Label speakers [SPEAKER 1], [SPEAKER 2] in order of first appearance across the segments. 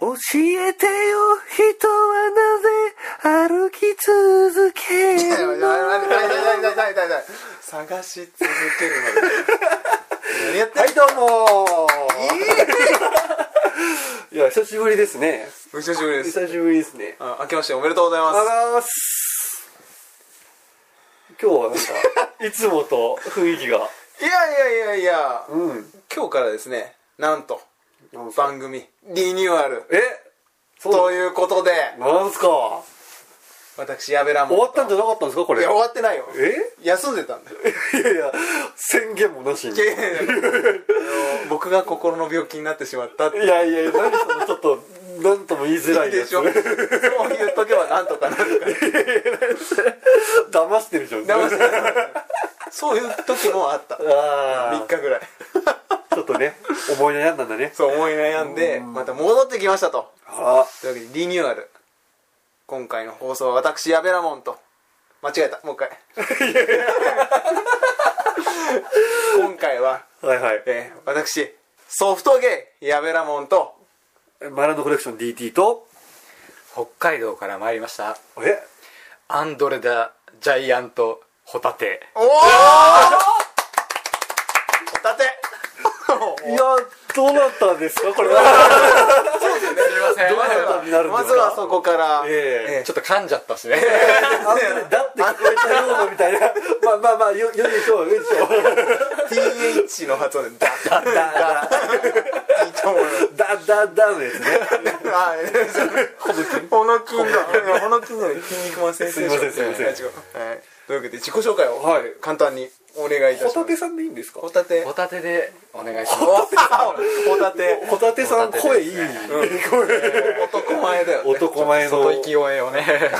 [SPEAKER 1] 教えてよ、人はなぜ歩き続け
[SPEAKER 2] いやいや
[SPEAKER 1] るの
[SPEAKER 2] いやいやいやいやいやいやいや探し続けるまで何やってん
[SPEAKER 1] は
[SPEAKER 2] の
[SPEAKER 1] い、どうもーいや、久しぶりですね。
[SPEAKER 2] お久しぶりです
[SPEAKER 1] 久しぶりですね。
[SPEAKER 2] あ明けましておめでとうござい
[SPEAKER 1] あ
[SPEAKER 2] ます
[SPEAKER 1] らーす。今日はなん か、いつもと雰囲気が。
[SPEAKER 2] いやいやいやいや
[SPEAKER 1] うん。
[SPEAKER 2] 今日からですねなんと
[SPEAKER 1] なんすか
[SPEAKER 2] 番組リニューアル
[SPEAKER 1] えそう
[SPEAKER 2] ということで
[SPEAKER 1] なんすか
[SPEAKER 2] 私矢部ラ
[SPEAKER 1] 終
[SPEAKER 2] モ
[SPEAKER 1] わったんじゃなかったんですかこ
[SPEAKER 2] ンい
[SPEAKER 1] れ
[SPEAKER 2] や終わってないよ
[SPEAKER 1] え
[SPEAKER 2] 休んでたんだよ
[SPEAKER 1] いやいや宣言もなしにい
[SPEAKER 2] いやいやいやあの僕が心の病気になってしまったってい
[SPEAKER 1] やいや何そのちょっとなんとも言いづら
[SPEAKER 2] い
[SPEAKER 1] いや
[SPEAKER 2] で
[SPEAKER 1] つ
[SPEAKER 2] しょそう言っとけばなんとかなるから
[SPEAKER 1] 騙してるじゃん
[SPEAKER 2] 騙してないそういう時もあった
[SPEAKER 1] あ
[SPEAKER 2] 3日ぐらい
[SPEAKER 1] あちょっとね思い悩んだんだね
[SPEAKER 2] そう思い悩んでまた戻ってきましたと
[SPEAKER 1] あ
[SPEAKER 2] というわけでリニューアル今回の放送は私矢部ラモンと間違えたもう一回 今回は、
[SPEAKER 1] はいはい
[SPEAKER 2] えー私ソフトゲイ矢部ラモンと
[SPEAKER 1] マランドコレクション DT と
[SPEAKER 3] 北海道から参りました
[SPEAKER 1] え
[SPEAKER 3] アンドレダ・ジャイアント・ホタテ
[SPEAKER 2] おおホタテ
[SPEAKER 1] いやどなたですかこれは
[SPEAKER 3] すいません
[SPEAKER 2] まず
[SPEAKER 1] どうなったにな
[SPEAKER 2] は
[SPEAKER 1] るんで
[SPEAKER 2] ますず
[SPEAKER 1] か
[SPEAKER 2] はそこから、
[SPEAKER 1] ええ
[SPEAKER 3] ちょっと噛んじゃったしね
[SPEAKER 1] あだって聞こえたようなみたいなまあまあまあよよいしょよいしょ
[SPEAKER 2] TH の発音でダッ
[SPEAKER 1] だだ
[SPEAKER 2] いいと思うよ
[SPEAKER 1] だだだのやつね
[SPEAKER 2] あほのきんだほのきんだ筋肉マン先生
[SPEAKER 1] すいませんすいません
[SPEAKER 2] 違うはいというわけで自己紹介を
[SPEAKER 1] はい
[SPEAKER 2] 簡単にお願いいたします
[SPEAKER 1] ホタテさんでいいんですか
[SPEAKER 2] ホタテ
[SPEAKER 3] ホタテでお願いし
[SPEAKER 2] ホ
[SPEAKER 3] ま
[SPEAKER 2] タテ
[SPEAKER 1] ホタテさん声いい、
[SPEAKER 2] 男前だよね
[SPEAKER 1] 男前
[SPEAKER 3] す
[SPEAKER 1] の
[SPEAKER 3] 外
[SPEAKER 1] 男
[SPEAKER 3] 勢をね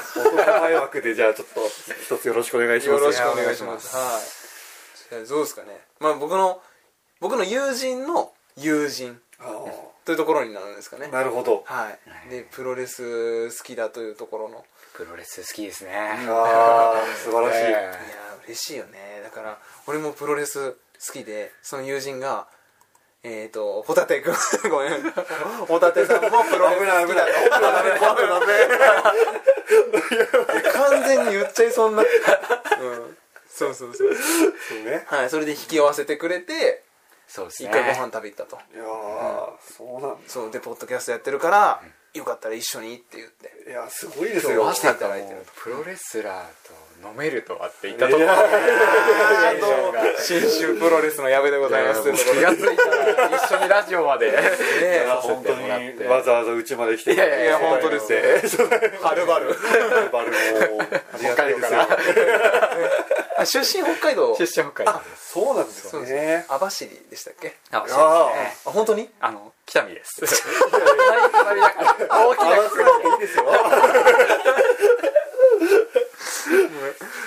[SPEAKER 1] 前枠でじゃあちょっと一つよろしくお願いしま
[SPEAKER 2] よ
[SPEAKER 1] す
[SPEAKER 2] ろしくお願いしますはいじゃあどうですかねまあ僕の僕の友人の友人
[SPEAKER 1] あ
[SPEAKER 2] というところになるんですかね
[SPEAKER 1] ーなるほど
[SPEAKER 2] はいでプロレス好きだというところの
[SPEAKER 3] プロレス好きですね
[SPEAKER 1] あー素晴らしい、
[SPEAKER 3] え
[SPEAKER 2] いやー嬉しいよねだから俺もプロレス好きでその友人がえっ、ー、とホタテ君ごめん ホタテさんもプロレス好きだと完全に言っちゃいそうになってた、うん、そうそうそう
[SPEAKER 1] そうね
[SPEAKER 2] はいそれで引き合わせてくれて
[SPEAKER 3] そうです
[SPEAKER 2] 一
[SPEAKER 3] ね
[SPEAKER 2] 回ご飯食べ行ったと
[SPEAKER 1] いやーそうなんです
[SPEAKER 2] そうでポッドキャストやってるからよかったら一緒にって言って
[SPEAKER 1] いやすごいですよ
[SPEAKER 3] ま
[SPEAKER 2] 今日は
[SPEAKER 3] さかもうプロレスラーと飲めるとはって言ったところ
[SPEAKER 2] あと新州プロレスの矢部でございますというところ
[SPEAKER 3] 気
[SPEAKER 2] で
[SPEAKER 3] がついたら一緒にラジオまで
[SPEAKER 1] い
[SPEAKER 2] ね
[SPEAKER 1] や
[SPEAKER 3] させ
[SPEAKER 1] 本
[SPEAKER 3] て
[SPEAKER 1] 当
[SPEAKER 3] もらって
[SPEAKER 1] にわざわざうちまで来てい
[SPEAKER 3] やいや
[SPEAKER 2] いや本当ですよはるばる
[SPEAKER 1] バルもありがたいですよ
[SPEAKER 3] 北海道
[SPEAKER 2] あ出身北海道
[SPEAKER 3] 出身北海道です
[SPEAKER 1] そうなんです
[SPEAKER 2] そう
[SPEAKER 1] よ
[SPEAKER 2] で
[SPEAKER 1] ね
[SPEAKER 2] す網走でしたっけ
[SPEAKER 1] い
[SPEAKER 3] あ
[SPEAKER 1] やー
[SPEAKER 2] あ本当に
[SPEAKER 3] あの北見です隣隣だから大き
[SPEAKER 1] 合
[SPEAKER 3] な
[SPEAKER 1] わせなくていいですよ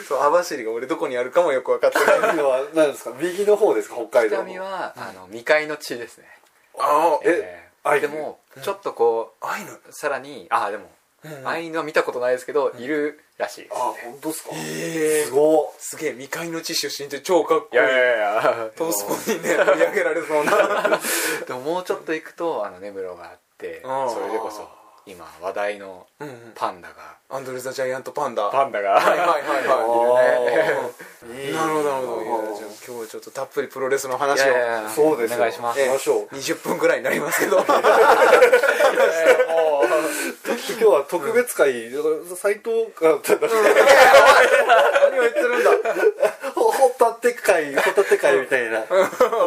[SPEAKER 2] そう網走が俺どこにあるかもよく分かってない
[SPEAKER 1] 今は何ですか右の方ですか北海道
[SPEAKER 3] 北
[SPEAKER 1] の
[SPEAKER 3] 見は、あの未開の地ですね
[SPEAKER 2] あ
[SPEAKER 1] えアイ
[SPEAKER 3] で
[SPEAKER 1] ヌ
[SPEAKER 3] もちょっとこう、
[SPEAKER 2] アイヌ
[SPEAKER 3] さらにあでも、
[SPEAKER 2] うん
[SPEAKER 3] アイヌは見たことないですけど、いるらしいです
[SPEAKER 1] あ本当ですか
[SPEAKER 2] ええ
[SPEAKER 1] すごっ
[SPEAKER 2] すげえ未開の地出身って超かっこいい
[SPEAKER 3] やいや
[SPEAKER 2] トースポにね取り上げられそうな
[SPEAKER 3] でももうちょっと行くとあの根室があって
[SPEAKER 2] あー
[SPEAKER 3] それでこそ今話題の
[SPEAKER 2] うん、うん、
[SPEAKER 3] パンダが
[SPEAKER 2] アンドレ・ザ・ジャイアント・パンダ
[SPEAKER 3] パンダ
[SPEAKER 2] はいはいは
[SPEAKER 3] が
[SPEAKER 2] い
[SPEAKER 1] あ
[SPEAKER 2] は
[SPEAKER 1] ーい
[SPEAKER 2] い
[SPEAKER 1] い
[SPEAKER 2] なるほどなるほどい
[SPEAKER 1] あー
[SPEAKER 2] やじゃあ今日はちょっとたっぷりプロレスの
[SPEAKER 3] い
[SPEAKER 2] 話を
[SPEAKER 3] やいやいや
[SPEAKER 1] そうですよ
[SPEAKER 3] お願いします、
[SPEAKER 2] ええ
[SPEAKER 1] 行きましょう
[SPEAKER 2] 20分ぐらいになりますけどはい
[SPEAKER 1] 今日は特別会斎藤が
[SPEAKER 2] 何を言ってるんだ
[SPEAKER 1] ホタテ会ホタテ会みたいなと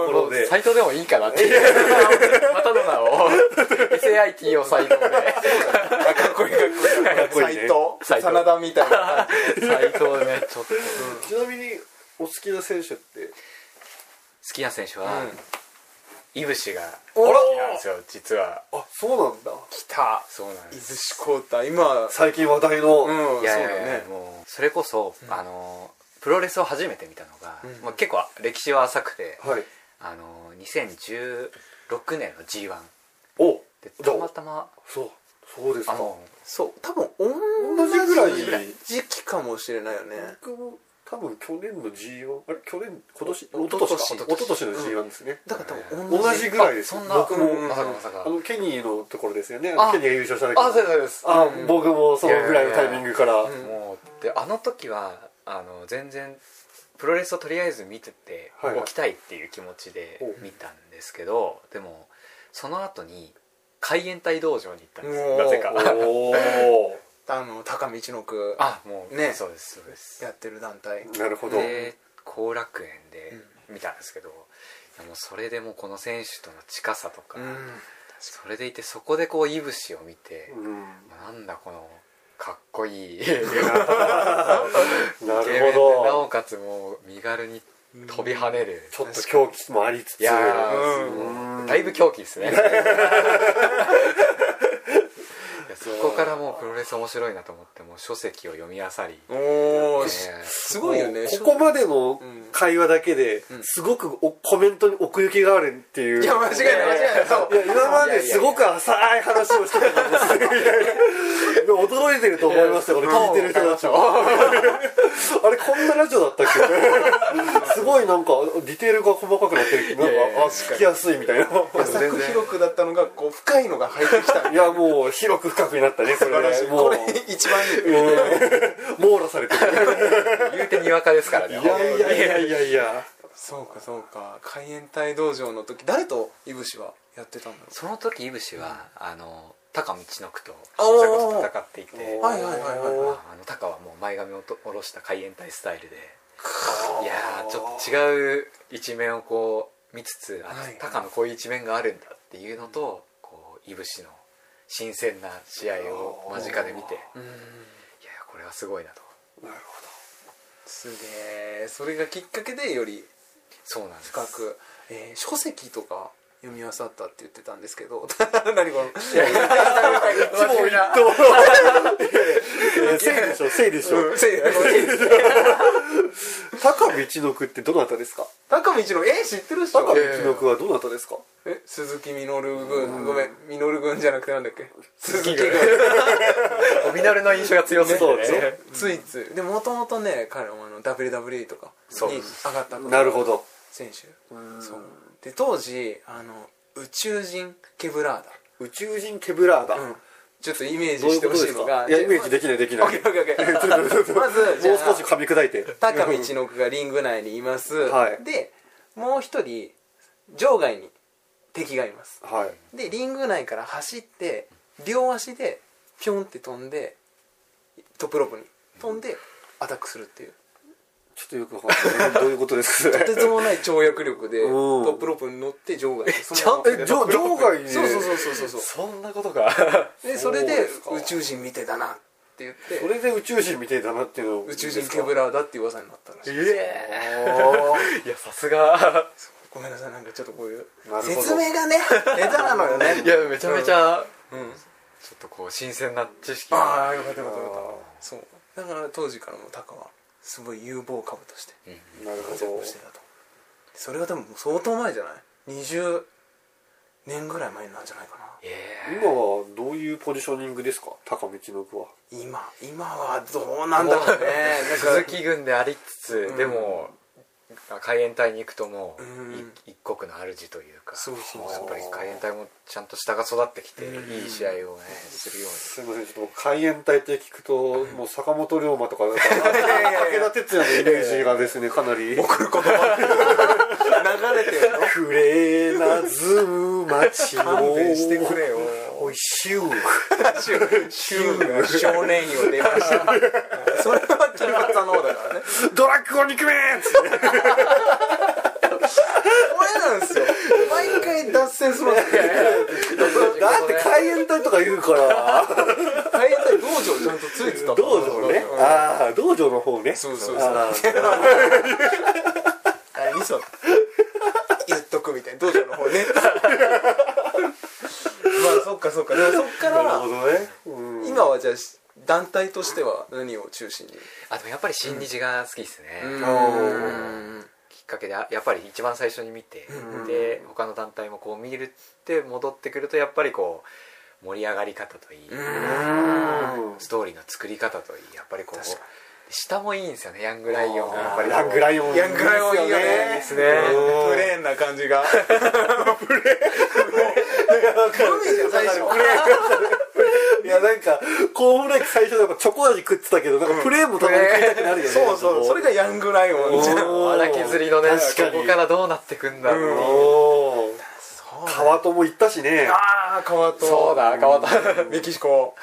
[SPEAKER 1] ころで
[SPEAKER 3] サイトでもいいかなっていうまたの 名を SAIT をサイトで
[SPEAKER 2] あかっこいいかっこいい
[SPEAKER 1] かっこいいね
[SPEAKER 2] 斎藤
[SPEAKER 3] 斎藤
[SPEAKER 2] 真田みたいな
[SPEAKER 3] サイトでねちょっと好
[SPEAKER 1] ちなみにお好きな選手って
[SPEAKER 3] きな選手は、
[SPEAKER 2] うん
[SPEAKER 3] いぶしが
[SPEAKER 2] おー
[SPEAKER 3] 好きなんですよ実は
[SPEAKER 1] あそうなんだ
[SPEAKER 2] 来た
[SPEAKER 3] そうなんで
[SPEAKER 2] 伊
[SPEAKER 3] す
[SPEAKER 2] 豆志光太今
[SPEAKER 1] 最近話題の、
[SPEAKER 2] うん
[SPEAKER 3] いやい
[SPEAKER 2] そう
[SPEAKER 3] や
[SPEAKER 2] だ
[SPEAKER 3] いや
[SPEAKER 2] ね
[SPEAKER 3] もうそれこそ、あのプロレスを初めて見たのが、
[SPEAKER 2] うん
[SPEAKER 3] まあ、結構歴史は浅くて、
[SPEAKER 1] はい
[SPEAKER 3] あの2016年の g 1
[SPEAKER 1] お
[SPEAKER 3] で
[SPEAKER 1] ど
[SPEAKER 3] た
[SPEAKER 1] う
[SPEAKER 3] またま
[SPEAKER 1] そうそうです
[SPEAKER 3] あ
[SPEAKER 1] か
[SPEAKER 3] の
[SPEAKER 2] そう多分
[SPEAKER 1] 同じぐらい
[SPEAKER 2] 同じ時期かもしれないよね
[SPEAKER 1] 僕も多分去年の G1 あれ去年今年一
[SPEAKER 3] お
[SPEAKER 1] 昨年か
[SPEAKER 3] お
[SPEAKER 1] 一
[SPEAKER 3] ととし
[SPEAKER 1] 昨年の G1 ですね、
[SPEAKER 2] だから多分
[SPEAKER 1] 同じぐらいです
[SPEAKER 3] そんな
[SPEAKER 1] 僕も、
[SPEAKER 2] うん
[SPEAKER 3] まさかまさか
[SPEAKER 1] あのケニーのところですよね
[SPEAKER 3] あ
[SPEAKER 1] ケニーが優勝した時
[SPEAKER 3] あそうですそうです
[SPEAKER 1] あ
[SPEAKER 2] ん
[SPEAKER 1] 僕もそのぐらいのタイミングから、
[SPEAKER 2] いやいやいや
[SPEAKER 3] もうであの時はあの全然プロレスをとりあえず見てて、
[SPEAKER 1] はいはい
[SPEAKER 3] 起きたいっていう気持ちで
[SPEAKER 1] お
[SPEAKER 3] 見たんですけどでもその後に海援隊道場に行ったんです
[SPEAKER 2] おー
[SPEAKER 3] なぜ
[SPEAKER 1] お
[SPEAKER 3] か
[SPEAKER 1] お
[SPEAKER 2] あの高道の区
[SPEAKER 3] あもう、
[SPEAKER 2] ね
[SPEAKER 3] そうですそうです
[SPEAKER 2] やってる団体
[SPEAKER 1] なるほど、
[SPEAKER 3] で後楽園で見たんですけど、いやもうそれでもうこの選手との近さとか、
[SPEAKER 2] うん
[SPEAKER 3] それでいてそこでこういぶしを見て、
[SPEAKER 1] うん
[SPEAKER 3] なんだこのかっこいい
[SPEAKER 1] な
[SPEAKER 3] イケメン
[SPEAKER 1] る
[SPEAKER 3] で な
[SPEAKER 1] ほど
[SPEAKER 3] おかつもう身軽に飛び跳ねる、
[SPEAKER 1] ちょっと狂気もありつつ
[SPEAKER 3] いやー、
[SPEAKER 1] うん
[SPEAKER 3] だいぶ狂気ですね いやそこからもうプロレス面白いなと思ってもう書籍を読み漁り、
[SPEAKER 2] おお
[SPEAKER 3] ね
[SPEAKER 2] すごいよね
[SPEAKER 1] ここまでの
[SPEAKER 2] うん
[SPEAKER 1] 会話だけで
[SPEAKER 2] うん
[SPEAKER 1] すごくおコメントに奥行きがあるっていう
[SPEAKER 2] い
[SPEAKER 1] い
[SPEAKER 2] や間違いない間違いないそう
[SPEAKER 1] や今まですごく浅い話をしてたんですよいや驚いてると思いますよこれ聞いてる人たちはあれこんなラジオだったっけすごいなんかディテールが細かくなってるなん
[SPEAKER 3] いやいや
[SPEAKER 1] かあ聞きやすいみたいな
[SPEAKER 2] 浅く広くだったのがこう深いのが入ってきた
[SPEAKER 1] いやもう広く深くになったねそれねも
[SPEAKER 2] こ
[SPEAKER 1] う
[SPEAKER 2] れ一番いい
[SPEAKER 1] うん網羅されてる
[SPEAKER 3] 言うてにわかですから
[SPEAKER 1] い
[SPEAKER 3] ね
[SPEAKER 1] やいやいやいやいや
[SPEAKER 2] そうかそうか海援隊道場の時誰といぶしはやってたんだろ
[SPEAKER 3] その時いぶしは、あの高道の句と
[SPEAKER 2] あー
[SPEAKER 3] それこそ戦っていて
[SPEAKER 1] お
[SPEAKER 2] はいはいはいはい
[SPEAKER 3] まああのタカはもう前髪をと下ろした海援隊スタイルでいやーちょっと違う一面をこう見つつあ
[SPEAKER 2] はい
[SPEAKER 3] タカのこういう一面があるんだっていうのとこういぶしの新鮮な試合を間近で見ていや
[SPEAKER 2] ううん
[SPEAKER 3] これはすごいなと
[SPEAKER 1] なる
[SPEAKER 2] すげえそれがきっかけでより
[SPEAKER 3] そうなんです
[SPEAKER 2] 深く、えー書籍とか読み漁ったって言ってたんです けど何このいやいや
[SPEAKER 1] ほど一問一答いやせいでしょせいでしょ、高道の句ってどなたですか
[SPEAKER 2] 高道のえー知ってるっしょ
[SPEAKER 1] 高道の句はどなたですか
[SPEAKER 2] え鈴木みのる軍ごめんみのる軍じゃなくてなんだっけ鈴木軍
[SPEAKER 3] ミナルの印象が強すぎて
[SPEAKER 1] そう
[SPEAKER 3] ね
[SPEAKER 1] ですね
[SPEAKER 2] ついついでもともとね彼はあの WWE とか
[SPEAKER 3] そう
[SPEAKER 2] に上がった
[SPEAKER 1] なるほど
[SPEAKER 2] 選手そうで当時あの宇宙人ケブラー
[SPEAKER 1] 宇宙人ケブラーダ、
[SPEAKER 2] ダ、うん、ちょっとイメー
[SPEAKER 1] ど
[SPEAKER 2] ジ
[SPEAKER 1] うい
[SPEAKER 2] し
[SPEAKER 1] う
[SPEAKER 2] て
[SPEAKER 1] こ
[SPEAKER 2] ほ
[SPEAKER 1] と
[SPEAKER 2] し
[SPEAKER 1] で
[SPEAKER 2] い
[SPEAKER 1] す
[SPEAKER 2] の
[SPEAKER 1] か
[SPEAKER 2] が
[SPEAKER 1] いやイメー
[SPEAKER 2] ま
[SPEAKER 1] ジで
[SPEAKER 2] ず
[SPEAKER 1] きないできな
[SPEAKER 2] オッケ
[SPEAKER 1] い
[SPEAKER 2] ーオッケーオッケーまずじゃ
[SPEAKER 1] もう少
[SPEAKER 2] あ
[SPEAKER 1] し噛み砕いて
[SPEAKER 2] 高道の奥がリング内にいます、
[SPEAKER 1] はい
[SPEAKER 2] でもう一人場外に敵がいます
[SPEAKER 1] はい
[SPEAKER 2] でリング内から走って両足でピョンって飛んでトップロープに飛んでアタックするっていう
[SPEAKER 1] ちょっとよくわかんないどういうことです か
[SPEAKER 2] とてつもない跳躍力で
[SPEAKER 1] うん
[SPEAKER 2] トップロープに乗って場外にそ
[SPEAKER 3] ちゃんと
[SPEAKER 2] のまま
[SPEAKER 1] え場場外に
[SPEAKER 2] そうそうそうそうそうそう
[SPEAKER 3] そんなこと か
[SPEAKER 2] でそれ
[SPEAKER 1] そう
[SPEAKER 2] で
[SPEAKER 1] ですか
[SPEAKER 2] 宇宙人見てだなって言って
[SPEAKER 1] それで宇宙人みたいだなっていうの
[SPEAKER 2] 宇宙人ケブ
[SPEAKER 1] ラ
[SPEAKER 2] ラーだって噂になったらしい
[SPEAKER 3] え
[SPEAKER 1] ー
[SPEAKER 3] いやさすが
[SPEAKER 2] ごめんなさいなんかちょっとこういう
[SPEAKER 1] なるほど
[SPEAKER 2] 説明がね下手なのよね
[SPEAKER 3] いやめちゃめちゃ
[SPEAKER 2] うん
[SPEAKER 3] ちょっとこう新鮮な知識が
[SPEAKER 2] ああよかったよかったよかったそうだから当時からもタカはすごい有望株として
[SPEAKER 1] なるほ
[SPEAKER 2] 活躍して
[SPEAKER 1] ど
[SPEAKER 2] たとそれが多分もう相当前じゃない20年ぐらい前なんじゃないかな
[SPEAKER 3] え
[SPEAKER 1] 今はどういうポジショニングですか高道の句は
[SPEAKER 2] 今今はどうなんだろうねなんか
[SPEAKER 3] 鈴木軍でありつつ、
[SPEAKER 2] ん
[SPEAKER 3] でも海援隊に行くともう、
[SPEAKER 2] うん
[SPEAKER 3] い一国の主というか
[SPEAKER 2] そうそう
[SPEAKER 3] も
[SPEAKER 2] そう
[SPEAKER 3] やっぱり海援隊もちゃんと下が育ってきて、いい試合をねするように
[SPEAKER 1] すいませんちょっともう海援隊って聞くともう坂本龍馬とかなんか
[SPEAKER 2] やいや
[SPEAKER 1] 武田鉄矢のイメージがですねかなり
[SPEAKER 2] 送る言葉流れて るの
[SPEAKER 1] くれなずむ町
[SPEAKER 2] 勘
[SPEAKER 1] の
[SPEAKER 2] 弁してくれよ
[SPEAKER 1] おいしゅう
[SPEAKER 2] 週が少年よ出ました それは金髪の方だからね
[SPEAKER 1] ドラッグを憎めーっつって
[SPEAKER 2] 俺なんですよ毎回脱線するわけ
[SPEAKER 1] だって海援隊とか言うから
[SPEAKER 2] 海援隊道場ちゃんとついてた
[SPEAKER 1] 道場ね
[SPEAKER 2] うん
[SPEAKER 1] ああ道場の方ね
[SPEAKER 2] そうそうそう
[SPEAKER 1] あ
[SPEAKER 2] あれ嘘 言っとくみたいな道場の方ね まあそっかそっかでもそっか
[SPEAKER 1] あなるほ
[SPEAKER 2] ら
[SPEAKER 1] どねうん
[SPEAKER 2] 今はじゃあ団体としては何を中心に
[SPEAKER 3] あでもやっぱり新日が好きですね、
[SPEAKER 2] うん
[SPEAKER 3] きっかけであやっぱり一番最初に見て、で他の団体もこう見るって戻ってくるとやっぱりこう盛り上がり方といい、
[SPEAKER 2] うん
[SPEAKER 1] うん
[SPEAKER 3] ストーリーの作り方といいやっぱりこ
[SPEAKER 2] 確か
[SPEAKER 3] う下もいいんですよねヤングライオンがやっぱり
[SPEAKER 1] ヤングライオン
[SPEAKER 2] ヤングライオンいいよね
[SPEAKER 1] いいですね
[SPEAKER 2] プレーンな感じがプレーン神じゃん最初
[SPEAKER 1] いやなんかコーンフレーク最初なんかチョコ味食ってたけどなんかプレーンもたまに食いたくなるよね
[SPEAKER 2] そうそうそれがヤングライオンじゃん
[SPEAKER 1] おー
[SPEAKER 3] 荒削りのね
[SPEAKER 1] 確かに
[SPEAKER 3] ここからどうなってくんだろうっていう
[SPEAKER 1] おー川友行ったしね
[SPEAKER 2] ああ川と
[SPEAKER 3] そうだ川と
[SPEAKER 2] メキシコ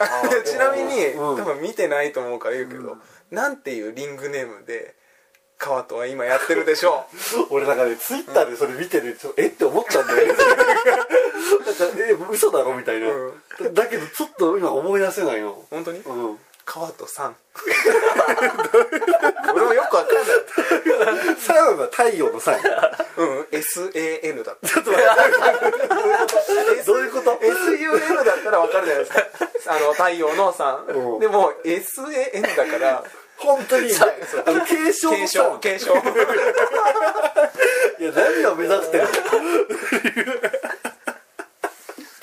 [SPEAKER 2] ちなみに、
[SPEAKER 1] うん
[SPEAKER 2] 多分見てないと思うから言うけど、なんていうリングネームで川とは今やってるでしょう
[SPEAKER 1] 俺なんかねツイッターでそれ見てる、ちょえって思ったんだよ ねなんかえ嘘だろみたいな、だけどちょっと今思い出せないの
[SPEAKER 2] 本当に
[SPEAKER 1] うん
[SPEAKER 2] 川とさん 俺もよくわかんない
[SPEAKER 1] サウは太陽のサ イン
[SPEAKER 2] うん SAN だった
[SPEAKER 1] ちょっと待ってどういうこと
[SPEAKER 2] SUN だったらわかるじゃないですかあの太陽のさ
[SPEAKER 1] うん
[SPEAKER 2] んでも SAN だから
[SPEAKER 1] 本当にあの継承
[SPEAKER 2] 継
[SPEAKER 1] のサイ
[SPEAKER 2] 承継承
[SPEAKER 1] ンいや何を目指してるの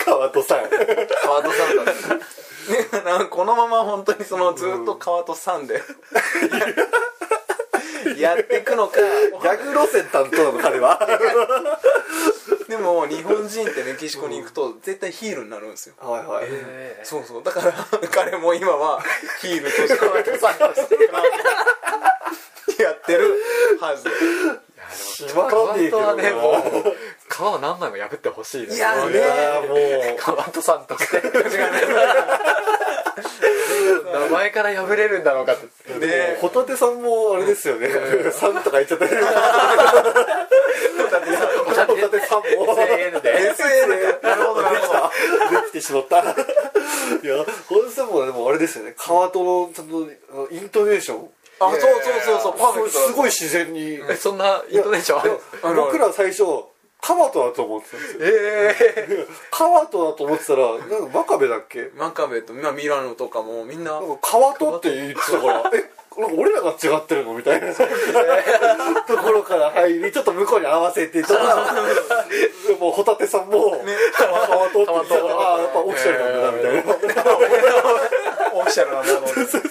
[SPEAKER 1] 川戸さん
[SPEAKER 3] 川戸さんだった
[SPEAKER 2] ねなんかこのまま本当にそのずっと川とさ んでやっていくのか
[SPEAKER 1] ギャグ路線担当なの彼 は
[SPEAKER 2] でも日本人ってメキシコに行くと絶対ヒールになるんですよ
[SPEAKER 1] はいはい、
[SPEAKER 3] え
[SPEAKER 2] そうそうだから 彼も今はヒールとして川とさんとしてやってるはず
[SPEAKER 1] しばらくいいけど
[SPEAKER 3] 川戸はね
[SPEAKER 1] な
[SPEAKER 3] もう皮を何枚も破ってほしいです
[SPEAKER 2] いや
[SPEAKER 1] いやーもう
[SPEAKER 3] 川戸さんとして名前から破れるんだろうかって
[SPEAKER 1] でもホタテさんもあれですよね、さんとか言っちゃったよホタテさんも
[SPEAKER 3] SAN で
[SPEAKER 2] SN なるほどなるほど
[SPEAKER 1] できてしまったいやホタテさんもでもあれですよね川とのちゃんとあのイントネーション
[SPEAKER 2] あそうそうそうそうパーフェクトだ
[SPEAKER 1] すごい自然に
[SPEAKER 3] え そんなイントネーションある
[SPEAKER 2] あの
[SPEAKER 1] 僕ら最初カバトだと思ってたんですよ
[SPEAKER 2] ええ
[SPEAKER 1] カバトだと思ってたらなんか真壁だっけ
[SPEAKER 2] マカベとまあミラノとかもみんな
[SPEAKER 1] なんか川戸って言ってた からえなんか俺らが違ってるのみたいな ところから入りちょっと向こうに合わせてとか もうホタテさんも川戸って言ってたからああやっぱオフィシャルなんだなみたいな
[SPEAKER 2] オフィシャルなものでそう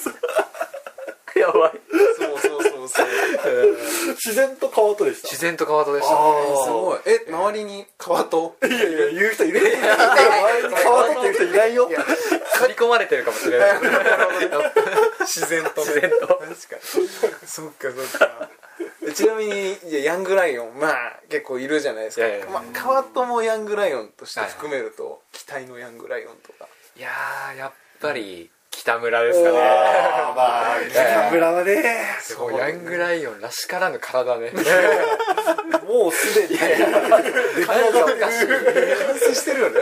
[SPEAKER 3] やばい
[SPEAKER 2] そうそうそう
[SPEAKER 1] 自然と川戸でした
[SPEAKER 3] 自然と川戸でした
[SPEAKER 1] あ
[SPEAKER 3] ね
[SPEAKER 1] ー
[SPEAKER 2] す ごいえ周りに川と
[SPEAKER 1] いやいや言う人いるよ川戸っていう人いないよ
[SPEAKER 3] 刈り込まれてるかもしれない
[SPEAKER 2] 自然と
[SPEAKER 3] 自然 と
[SPEAKER 2] 確かにそっかそっかえちなみにいやヤングライオンまあ結構いるじゃないですか
[SPEAKER 3] いやいやいや
[SPEAKER 2] まあ川ともヤングライオンとして含めると期待のヤングライオンとか
[SPEAKER 3] いやーやっぱり北村ですかね
[SPEAKER 1] あーまあ北村はね
[SPEAKER 3] すごいヤングライオンらしからぬ体ね
[SPEAKER 1] もうすでに
[SPEAKER 3] 体がおかしい
[SPEAKER 2] 反省してるよね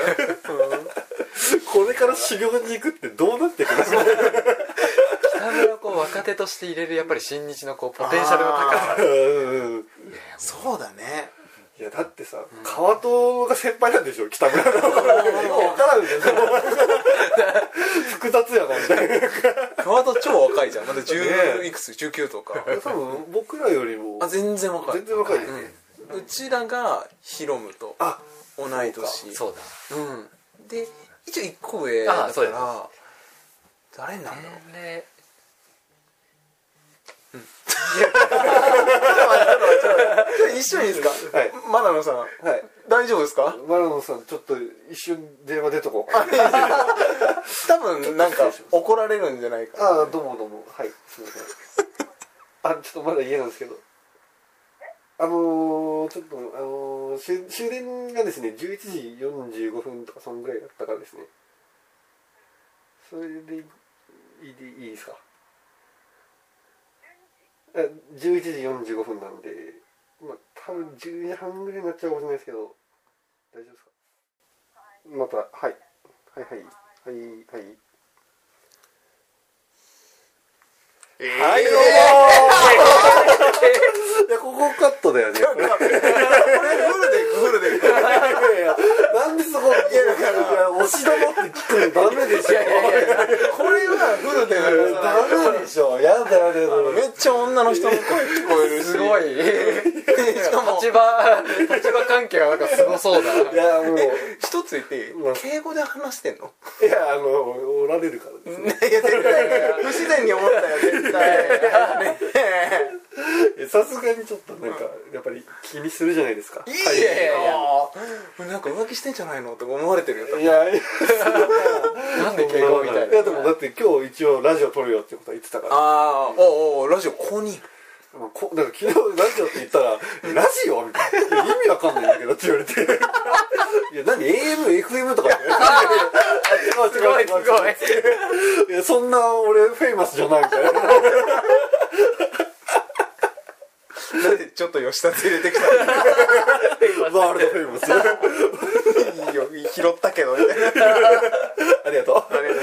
[SPEAKER 1] これから修行に行くってどうなってくるの
[SPEAKER 3] 北村をこう若手として入れるやっぱり新日のこうポテンシャルの高さ
[SPEAKER 1] うんうん
[SPEAKER 2] そうだね
[SPEAKER 1] いやだってさ、川戸が先輩なんでしょ北村のよく分からんけど複雑やなみたいな
[SPEAKER 2] 川と超若いじゃんまだ10
[SPEAKER 1] ね
[SPEAKER 2] いくつ19とか
[SPEAKER 1] 多分僕らよりも
[SPEAKER 2] あ全然若い
[SPEAKER 1] 全然若いよね、
[SPEAKER 2] うんうちらがヒロムと
[SPEAKER 1] あ
[SPEAKER 2] 同い年
[SPEAKER 3] そうだ
[SPEAKER 2] うんで一応1個上だ
[SPEAKER 3] あ
[SPEAKER 2] か
[SPEAKER 3] そうです
[SPEAKER 2] ら誰になんだろう
[SPEAKER 3] 年齢
[SPEAKER 2] 一緒にいいですか
[SPEAKER 1] はい
[SPEAKER 2] マナノさん
[SPEAKER 1] はい
[SPEAKER 2] 大丈夫ですか
[SPEAKER 1] マラノさんちょっと一瞬電話出とこうか
[SPEAKER 2] 多分なんか怒られるんじゃないか
[SPEAKER 1] ああどうもどうもはいすいませんあちょっとまだ家なんですけどあのー、ちょっとあのー、終終電がですね11時45分とかそんぐらいだったからですねそれでいいでいいですかあ11時45分なのでまあ多分12時半ぐらいになっちゃうかもしれないですけど大丈夫ですかまたはいはいはいはいはいはい、どう もいや、ここカットだよね。
[SPEAKER 2] これフルでフルで
[SPEAKER 1] いやいやなんでそそこいやだから押し玉って聞くのダメでしょ
[SPEAKER 3] いやいやいや
[SPEAKER 2] これはフルで
[SPEAKER 1] ダメでしょやだやだやだ
[SPEAKER 2] めっちゃ女の人の声聞こえる し
[SPEAKER 3] すごい
[SPEAKER 2] しかも
[SPEAKER 3] 立場立場関係がなんかすごそうだ
[SPEAKER 1] いやもう
[SPEAKER 2] 一つ言っていい
[SPEAKER 1] うん
[SPEAKER 2] 敬語で話してんの
[SPEAKER 1] いやあのおられるからです
[SPEAKER 2] いや絶対不自然に思ったよ絶対ね
[SPEAKER 1] えさすがにちょっとなんかやっぱり気にするじゃないですか
[SPEAKER 2] えい
[SPEAKER 1] はい
[SPEAKER 2] いやいやいやなんか浮気してんじゃないのとか思われてるよ
[SPEAKER 1] いやいや
[SPEAKER 3] なんで敬語みたい
[SPEAKER 1] いや
[SPEAKER 3] な
[SPEAKER 1] でもだって今日一応ラジオ撮るよってことは言ってたから
[SPEAKER 2] ああおうおうラジオ公認
[SPEAKER 1] まあこだから昨日ラジオって言ったら「えラジオ?」みたいな「いや意味わかんないんだけど」って言われて「いや何 AMFM とか」って
[SPEAKER 3] すごいすごい
[SPEAKER 1] いやそんな俺フェイマスじゃないみたいな
[SPEAKER 2] なんでちょっと吉田連れてきた
[SPEAKER 1] ワールドフェイマス
[SPEAKER 2] のいいよ拾ったけどみたいな
[SPEAKER 1] ありがと
[SPEAKER 2] あれだ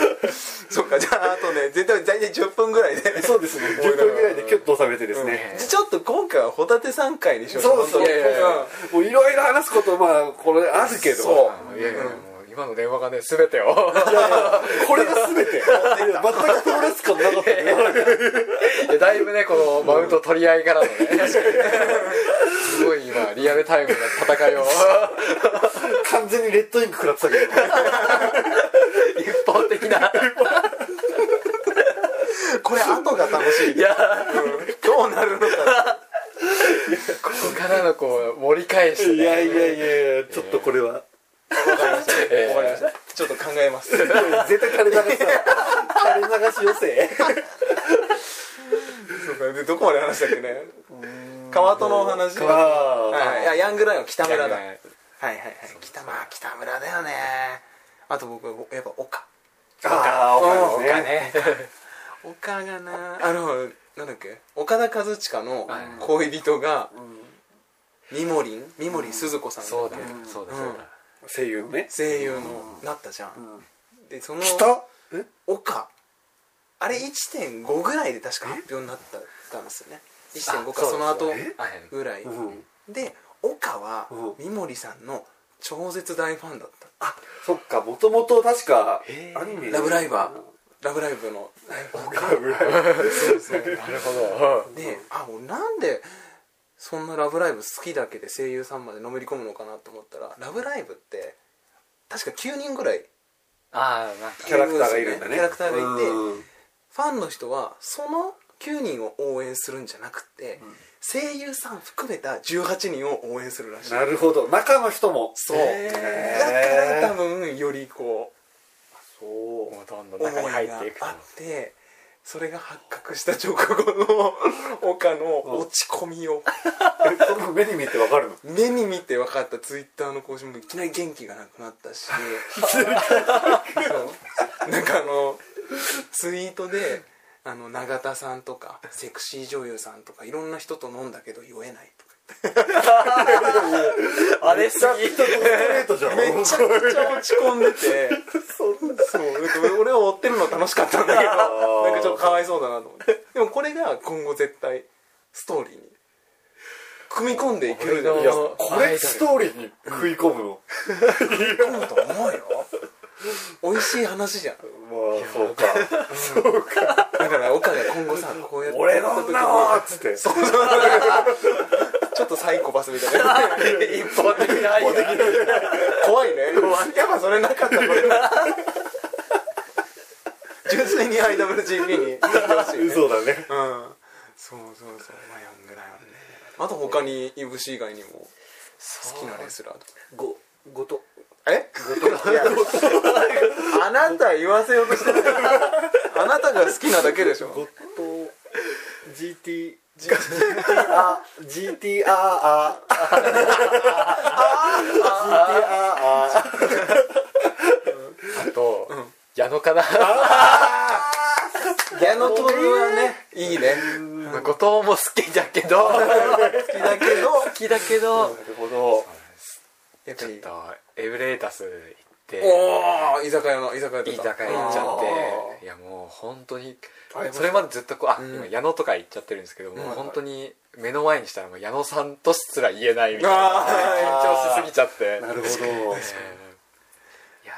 [SPEAKER 2] そっかじゃああとね絶対大体10分ぐらいで
[SPEAKER 1] うそうですね10分ぐらいでキュッと収めてですね、
[SPEAKER 2] ちょっと今回はホタテ3回にしよう
[SPEAKER 1] そうそう
[SPEAKER 2] いやいやいや
[SPEAKER 1] もういろいろ話すことまあこれあるけど
[SPEAKER 2] そう
[SPEAKER 3] あのいやいやもう今の電話がね全てを
[SPEAKER 1] これが全て全くプロレス感なかったね
[SPEAKER 3] いやだいぶねこのマウント取り合いからのねすごい今リアルタイムな戦いを
[SPEAKER 1] 完全にレッドインク食らってたけど
[SPEAKER 3] 一方的な
[SPEAKER 2] これ後が楽しい
[SPEAKER 3] いや
[SPEAKER 2] どうなるのか
[SPEAKER 3] ここからのこう盛り返して、
[SPEAKER 1] い
[SPEAKER 3] ね、
[SPEAKER 1] やいやいやいやちょっとこれは
[SPEAKER 3] えー
[SPEAKER 2] わかりましたちょっと考えます
[SPEAKER 1] 絶対垂れ流しだ垂れ流し予選
[SPEAKER 2] そうかでどこまで話したっけね川戸のお話
[SPEAKER 1] あ
[SPEAKER 2] はいいやヤングライオン北村だはいは
[SPEAKER 3] い
[SPEAKER 2] いはい北,、まあ、北村だよねあと僕やっぱ岡
[SPEAKER 1] ーあ
[SPEAKER 3] そう
[SPEAKER 1] ー
[SPEAKER 3] か
[SPEAKER 1] ね
[SPEAKER 3] ね
[SPEAKER 2] 岡がなあのなんだっけ岡田和親の
[SPEAKER 3] はい
[SPEAKER 2] 恋人がみもりんみもりん鈴子さん
[SPEAKER 3] そうだ
[SPEAKER 2] っけ
[SPEAKER 3] そうだそうだ
[SPEAKER 1] 声優ね
[SPEAKER 2] 声優のなったじゃん、でその
[SPEAKER 1] 北え
[SPEAKER 2] 岡あれ1.5ぐらいで確か発表になったんですよね1.5か
[SPEAKER 3] あ
[SPEAKER 2] その後
[SPEAKER 3] うですねはい
[SPEAKER 2] ぐらい
[SPEAKER 1] うん
[SPEAKER 2] で岡は
[SPEAKER 1] う
[SPEAKER 2] 三森さんの超絶大ファンだった
[SPEAKER 1] そっかもともと確か
[SPEAKER 3] へー
[SPEAKER 1] アニメ
[SPEAKER 2] 「ラブライバー」「ラブライブ!」の
[SPEAKER 1] ラブライブ
[SPEAKER 3] なるほど
[SPEAKER 2] であ俺なんでそんな「ラブライブ!」好きだけで声優さんまでのめり込むのかなと思ったら「ラブライブ!」って確か9人ぐらい
[SPEAKER 3] ああなんか
[SPEAKER 1] キャラクターがいるんだね
[SPEAKER 2] キャラクターがいて
[SPEAKER 1] うん
[SPEAKER 2] ファンの人はその9人を応援するんじゃなくて、声優さん含めた18人を応援するらしい
[SPEAKER 1] なるほど中の人も
[SPEAKER 2] そう
[SPEAKER 1] へ
[SPEAKER 2] だ
[SPEAKER 1] ー
[SPEAKER 2] から多分よりこ
[SPEAKER 1] そう
[SPEAKER 3] もうどんど
[SPEAKER 2] うん
[SPEAKER 3] 中に
[SPEAKER 2] 思
[SPEAKER 3] 入
[SPEAKER 2] い
[SPEAKER 3] っ
[SPEAKER 2] が
[SPEAKER 3] ていくと
[SPEAKER 2] あってそれが発覚した直後の岡の落ち込みを
[SPEAKER 1] え その目に見てわかるの
[SPEAKER 2] 目に見て分かったツイッターの更新もいきなり元気がなくなったしそうなんかあのツイートであの永田さんとかセクシー女優さんとかいろんな人と飲んだけど酔えないとか
[SPEAKER 3] あれす
[SPEAKER 1] ちゃちょっとストレートじゃん
[SPEAKER 2] めちゃくちゃ落ち込んでてそうなんか俺を追ってるの楽しかったんだけど
[SPEAKER 1] ー
[SPEAKER 2] なんかちょっとかわいそうだなと思ってでもこれが今後絶対ストーリーに組み込んでいけるじゃない
[SPEAKER 1] い
[SPEAKER 2] で
[SPEAKER 1] や
[SPEAKER 2] すか
[SPEAKER 1] これストーリーに食い込むの
[SPEAKER 2] 組み込むと思うよ美味しい話じゃん
[SPEAKER 1] まあそうか
[SPEAKER 2] だから岡が今後さこうやって
[SPEAKER 1] 俺の女をっつって
[SPEAKER 2] そうそうちょっとサイコパスみたいな
[SPEAKER 3] 一方的な愛が
[SPEAKER 2] 怖いねやっぱそれなかったこれ 純粋に IWGP に行ってほしい、ね、
[SPEAKER 1] そうだね
[SPEAKER 2] うんそうそうそうまあヤングライオンねあと他にいぶし以外にも好きなレスラーとか
[SPEAKER 1] ごごと
[SPEAKER 2] えい やあなた言わせようとしてるあなたが好きなだけでしょ
[SPEAKER 1] ゴット GT GTR あ GTR
[SPEAKER 3] あと矢野かな
[SPEAKER 2] 矢野徹はねいいね
[SPEAKER 3] まあ後藤も好きだけど
[SPEAKER 2] 好きだけど
[SPEAKER 3] 好きだけど
[SPEAKER 1] なるほど
[SPEAKER 2] やっぱ
[SPEAKER 3] ちょっ
[SPEAKER 2] り
[SPEAKER 3] とエブレータス行って
[SPEAKER 2] おお居酒屋の居酒屋とか
[SPEAKER 3] いい高い行っちゃ
[SPEAKER 1] あ
[SPEAKER 3] っていやもう本当に
[SPEAKER 1] ありました
[SPEAKER 3] それまでずっとこうあ、
[SPEAKER 2] うん
[SPEAKER 3] 今矢野とか行っちゃってるんですけども、
[SPEAKER 2] うん
[SPEAKER 3] 本当に目の前にしたらもう矢野さんとすら言えないみたいな
[SPEAKER 2] あ
[SPEAKER 3] 緊張しすぎちゃって
[SPEAKER 1] なるほど
[SPEAKER 3] え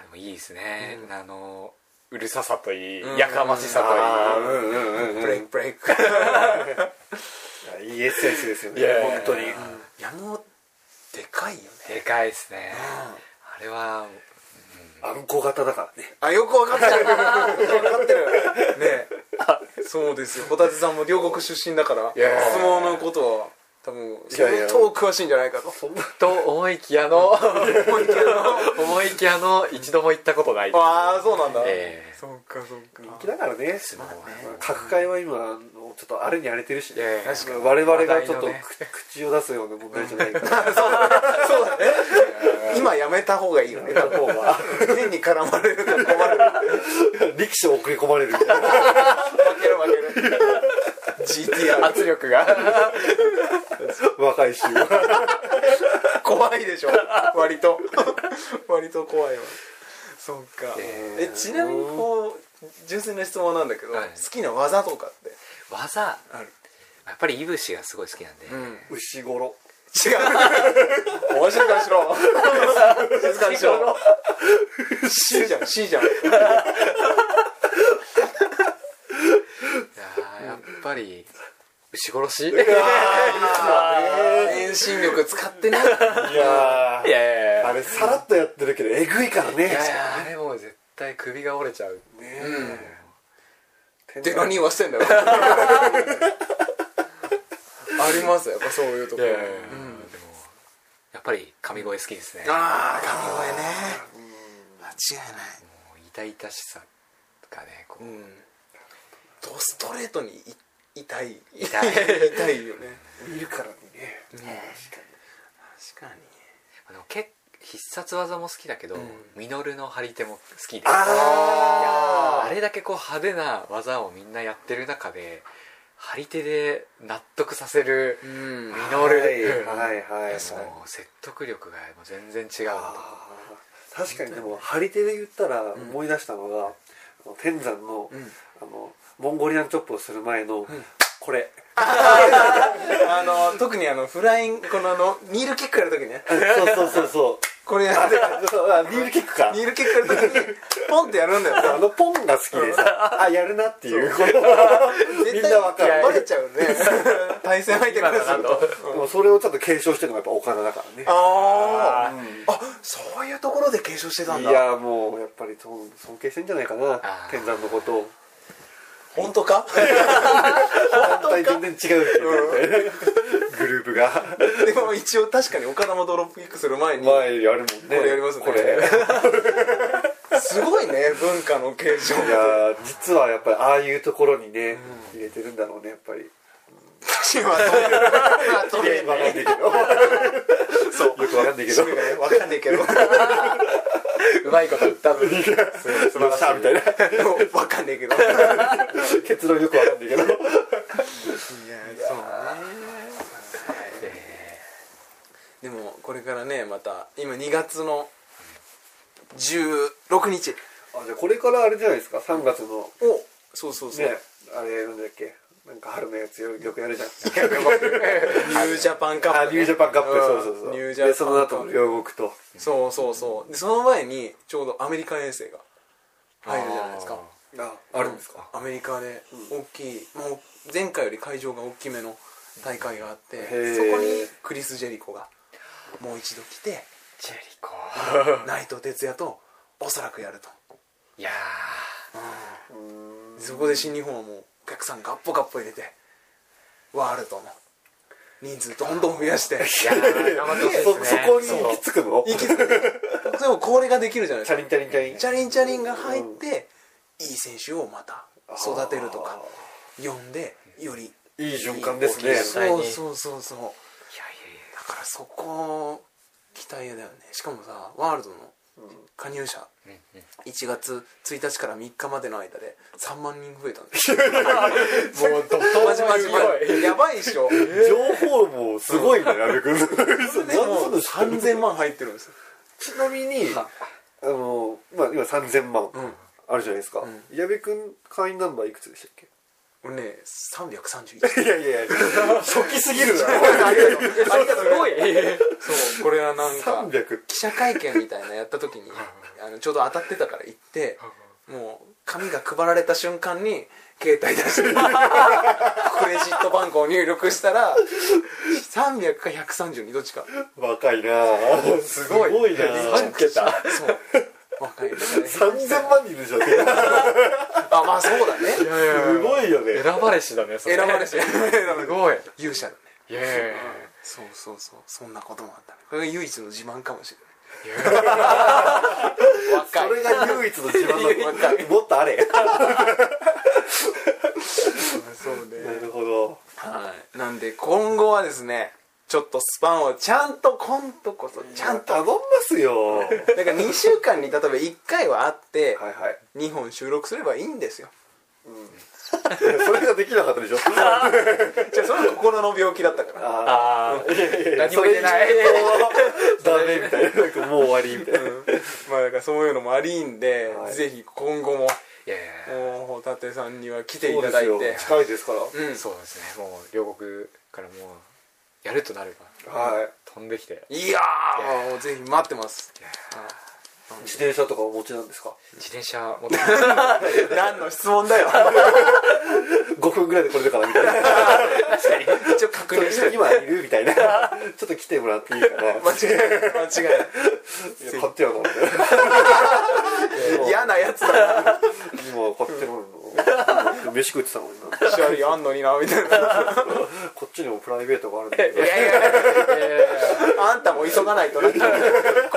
[SPEAKER 3] もいいですね、あのうるささといい、
[SPEAKER 2] うん
[SPEAKER 3] やかましさ
[SPEAKER 1] あーう
[SPEAKER 3] と
[SPEAKER 1] んうんうんうん
[SPEAKER 2] ブレイクブレイク
[SPEAKER 1] いやいいエッセンスですよね
[SPEAKER 3] いやいや
[SPEAKER 1] 本当に
[SPEAKER 2] いやもうでかいよね
[SPEAKER 3] いいでかいですねあれは
[SPEAKER 1] あんこ型だからね
[SPEAKER 2] あよくわかってる分かってるねそうですよホタテさんも両国出身だから
[SPEAKER 3] いやいや
[SPEAKER 2] 相撲のことは多分
[SPEAKER 1] いやいや
[SPEAKER 2] 相当詳しいんじゃないかと
[SPEAKER 1] そんな
[SPEAKER 3] と思いきやの思いきやの一度も行ったことないです
[SPEAKER 2] ああそうなんだ
[SPEAKER 3] ええ
[SPEAKER 2] そうかそうか
[SPEAKER 1] 人気だからね
[SPEAKER 3] 相撲はね
[SPEAKER 1] 各界は今あのちょっとあれに荒れてるし
[SPEAKER 3] いやいや確かに
[SPEAKER 1] 我々がちょっ
[SPEAKER 3] 話題の
[SPEAKER 1] と
[SPEAKER 3] ね
[SPEAKER 1] く口を出すような問題じゃないから
[SPEAKER 2] そうだね今やめた方がいいよね
[SPEAKER 1] やめた方が
[SPEAKER 2] 変に絡まれるから困る
[SPEAKER 1] 力士を送り込まれるみたいな
[SPEAKER 2] 負ける負け る GTR
[SPEAKER 3] 圧力が
[SPEAKER 1] 若い衆は
[SPEAKER 2] 怖いで しょ割と割と怖いわそっか
[SPEAKER 3] え
[SPEAKER 2] えちなみにこう純粋な質問なんだけど、
[SPEAKER 3] はい
[SPEAKER 2] 好きな技とかって
[SPEAKER 3] 技や
[SPEAKER 2] ある
[SPEAKER 3] っぱりいぶしがすごい好きなんで、
[SPEAKER 2] ん違う
[SPEAKER 1] 牛頃
[SPEAKER 2] お静かにしろ静かにしろ C じゃん C じゃん
[SPEAKER 3] いやーやっぱり牛殺しい
[SPEAKER 2] 遠心力使ってね
[SPEAKER 1] いや
[SPEAKER 3] やいやいや
[SPEAKER 1] あれさらっとやってるけどえぐいからね
[SPEAKER 3] いやいやあれもう絶対首が折れちゃう
[SPEAKER 1] ね
[SPEAKER 2] で何言わせてんだ よありますやっぱそういうとこ
[SPEAKER 3] いやいやいやでもやっぱり神声好きですねも
[SPEAKER 2] ああ神声ね間違いないう
[SPEAKER 3] 痛々しさがねこう
[SPEAKER 2] うんドストレートにい痛い
[SPEAKER 3] 痛い
[SPEAKER 2] 痛いよね
[SPEAKER 1] いるからにね
[SPEAKER 2] 確かに
[SPEAKER 3] でもけ必殺技も好きだけど、ミノルの張り手も好きで
[SPEAKER 1] あ
[SPEAKER 3] あれだけこう派手な技をみんなやってる中で張り手で納得させる
[SPEAKER 2] う
[SPEAKER 3] ミ
[SPEAKER 2] ん
[SPEAKER 3] ノル、
[SPEAKER 1] はいはいはい
[SPEAKER 3] その説得力がもう全然違うな
[SPEAKER 1] あー確かにでも張り手で言ったら思い出したのが、あの天山の,、あのモンゴリアンチョップをする前の、これ
[SPEAKER 2] あの特にあのフライングこのあのニールキックやるときね
[SPEAKER 1] あそうそうそうそう
[SPEAKER 2] これや
[SPEAKER 1] あ
[SPEAKER 2] って
[SPEAKER 1] であニールキックか
[SPEAKER 2] ニールキックやるときにポンってやるんだよ
[SPEAKER 1] あのポンが好きでさあやるなっていうこのみんなわか
[SPEAKER 2] バレ
[SPEAKER 1] る
[SPEAKER 2] ちゃうね対戦相手からすると
[SPEAKER 1] でもそれをちょっと継承してるのがやっぱ岡田だからね
[SPEAKER 2] あーあそういうところで継承してたん
[SPEAKER 1] い
[SPEAKER 2] だ
[SPEAKER 1] やもうやっぱりそう尊敬してんじゃないかな
[SPEAKER 3] あー
[SPEAKER 1] 天山のことを
[SPEAKER 2] 本当か
[SPEAKER 1] 反対全然違うけどねグループが
[SPEAKER 2] でも一応確かに岡田もドロップキックする前に
[SPEAKER 1] 前やるもんねこ
[SPEAKER 2] れやりますね
[SPEAKER 1] これ
[SPEAKER 2] すごいね文化の継承
[SPEAKER 1] いやー実はやっぱりああいうところにね、入れてるんだろうねやっぱりいやわかんないけどそう
[SPEAKER 2] そう
[SPEAKER 1] よくわかんないけどよ
[SPEAKER 2] 分かんないけど
[SPEAKER 3] うまいこと言ったのに
[SPEAKER 1] っしゃみたいな
[SPEAKER 2] 分かんないけどいや
[SPEAKER 1] 結論よくわかんないけど
[SPEAKER 2] そうでもこれからねまた今2月の16日
[SPEAKER 1] あじゃあこれからあれじゃないですか3月の
[SPEAKER 2] おそうそうそう、
[SPEAKER 1] ねあれなんだっけなんか春のやつよよくやるじゃん
[SPEAKER 2] ニュージャパンカ
[SPEAKER 1] あ
[SPEAKER 2] ップね、
[SPEAKER 1] ニュージャパンカップ、
[SPEAKER 2] ん
[SPEAKER 1] そうそうそう
[SPEAKER 2] ニュージャパン
[SPEAKER 1] でその後の両国と
[SPEAKER 2] そうそうそうでその前にちょうどアメリカ遠征が入るじゃないですか
[SPEAKER 1] ああるんですか、
[SPEAKER 2] アメリカで大きい、もう前回より会場が大きめの大会があって
[SPEAKER 1] ー
[SPEAKER 2] そこにクリス・ジェリコがもう一度来て
[SPEAKER 3] ジェリコ
[SPEAKER 2] 内藤哲也とおそらくやると
[SPEAKER 3] いや
[SPEAKER 2] そこで新日本はもうお客さんガッポガッポ入れてワールドの人数どんどん増 やして
[SPEAKER 3] ーいやー頑張ってほしいです
[SPEAKER 1] そ
[SPEAKER 3] ね
[SPEAKER 1] そこに行き着くの
[SPEAKER 2] 行き着くでもこれができるじゃないです
[SPEAKER 1] チ
[SPEAKER 2] か
[SPEAKER 1] ャリンチャリンチャリン
[SPEAKER 2] チャリンチャリンが入って、いい選手をまた育てるとか呼んでより
[SPEAKER 1] いい循環ですね
[SPEAKER 3] そ
[SPEAKER 2] そうそうそうそう
[SPEAKER 3] いやいやいや
[SPEAKER 2] だからそこ期待だよねしかもさワールドの加入者1月1日から3日までの間で3万人増えたん ですよ
[SPEAKER 1] もうどっ
[SPEAKER 2] マジマジやばいっしょ
[SPEAKER 1] 情報もすごいね、阿部君。
[SPEAKER 2] でも3000万入ってるんですよ
[SPEAKER 1] ちなみに、あの、まあ、今3000万あるじゃないですか。矢部君、会員ナンバーいくつでしたっけ
[SPEAKER 2] 俺ね331
[SPEAKER 1] いやいやいや、初期すぎるな。
[SPEAKER 2] ありがとう
[SPEAKER 3] ありがとうございます
[SPEAKER 2] そうこれはなんか
[SPEAKER 1] 300。
[SPEAKER 2] 記者会見みたいなやった時にあのちょうど当たってたから行ってもう紙が配られた瞬間に携帯出して クレジット番号を入力したら300か132どっちか
[SPEAKER 1] 若いなぁ
[SPEAKER 3] すごい
[SPEAKER 1] すごいな
[SPEAKER 3] 3
[SPEAKER 2] そ
[SPEAKER 3] 桁
[SPEAKER 2] う若いみたいな
[SPEAKER 1] 3000万人いるじゃん
[SPEAKER 2] あまあそうだね
[SPEAKER 1] すごいよね
[SPEAKER 3] 選ばれしだねそれ
[SPEAKER 2] 選ばれし
[SPEAKER 3] すごい
[SPEAKER 2] 勇者だね
[SPEAKER 3] いやいやいやいや
[SPEAKER 2] そうそうそうそんなこともあったねこれが唯一の自慢かもしれない
[SPEAKER 3] 若い
[SPEAKER 1] それが唯一の自慢の
[SPEAKER 2] 若
[SPEAKER 1] もっとあれな
[SPEAKER 2] そうね
[SPEAKER 1] るほど
[SPEAKER 2] はい、なんで今後はですねちょっとスパンをちゃんと今度こそち
[SPEAKER 1] ちゃ
[SPEAKER 2] ゃ
[SPEAKER 1] ん
[SPEAKER 2] ん
[SPEAKER 1] と
[SPEAKER 2] と
[SPEAKER 1] 頼んますよはい
[SPEAKER 2] だから2週間に例えば1回は会って
[SPEAKER 1] はい
[SPEAKER 2] 2本収録すればいいんですよ
[SPEAKER 1] それができなかったでしょ
[SPEAKER 2] じゃあそれは心の病気だったから
[SPEAKER 1] あ
[SPEAKER 3] ああ
[SPEAKER 1] ー
[SPEAKER 3] 何も言えない
[SPEAKER 1] それ以上ダメみたいななんかもう終わりみたいな
[SPEAKER 2] まあだからそういうのもありんで、
[SPEAKER 1] はい
[SPEAKER 2] ぜひ今後も
[SPEAKER 3] いやいやい
[SPEAKER 2] もうホタテさんには来て
[SPEAKER 1] そ
[SPEAKER 2] いう
[SPEAKER 1] で
[SPEAKER 2] た
[SPEAKER 1] す
[SPEAKER 2] だい
[SPEAKER 1] よ
[SPEAKER 2] て
[SPEAKER 1] 近いですから
[SPEAKER 2] う
[SPEAKER 3] や
[SPEAKER 2] ん
[SPEAKER 3] そうですねもう両国からもうやるとなれば
[SPEAKER 1] はい
[SPEAKER 3] 飛んできて
[SPEAKER 2] いやーもうぜひ待ってます
[SPEAKER 1] 自転車とかお持ちなんですか
[SPEAKER 3] 自転車持って
[SPEAKER 2] 何の質問だよ
[SPEAKER 1] 5分ぐらいでこれだからみたい な
[SPEAKER 2] 一応確認して
[SPEAKER 1] 今いるみたいなちょっと来てもらっていいかな
[SPEAKER 2] 間違いない間違いない
[SPEAKER 1] いや買ってやろう
[SPEAKER 2] 嫌なやつだな
[SPEAKER 1] 今買ってるの 飯食ってたもん今
[SPEAKER 2] 試合あんのになみたいな
[SPEAKER 1] こっちにもプライベートがあるんだけ
[SPEAKER 2] いやいやいやいやあんたも急がないと なこ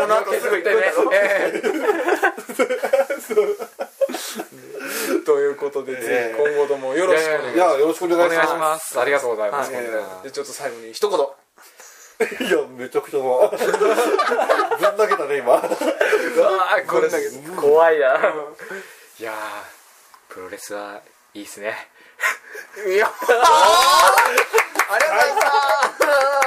[SPEAKER 2] の後すぐ行くんだろということでぜひ今後ともよろしくお願いし
[SPEAKER 1] どいやよろしくお願
[SPEAKER 3] お
[SPEAKER 1] いし
[SPEAKER 3] 願いし
[SPEAKER 1] ま
[SPEAKER 3] ますありがとうございま
[SPEAKER 2] ます
[SPEAKER 3] す、
[SPEAKER 2] はい
[SPEAKER 1] やいや
[SPEAKER 2] でちょっと最後に一言
[SPEAKER 1] すいやめちゃくちゃな ぶん投げたね今
[SPEAKER 3] うわーこれ
[SPEAKER 2] これ
[SPEAKER 3] 怖いないやープロレスはいいっすね
[SPEAKER 2] いやありがとうございました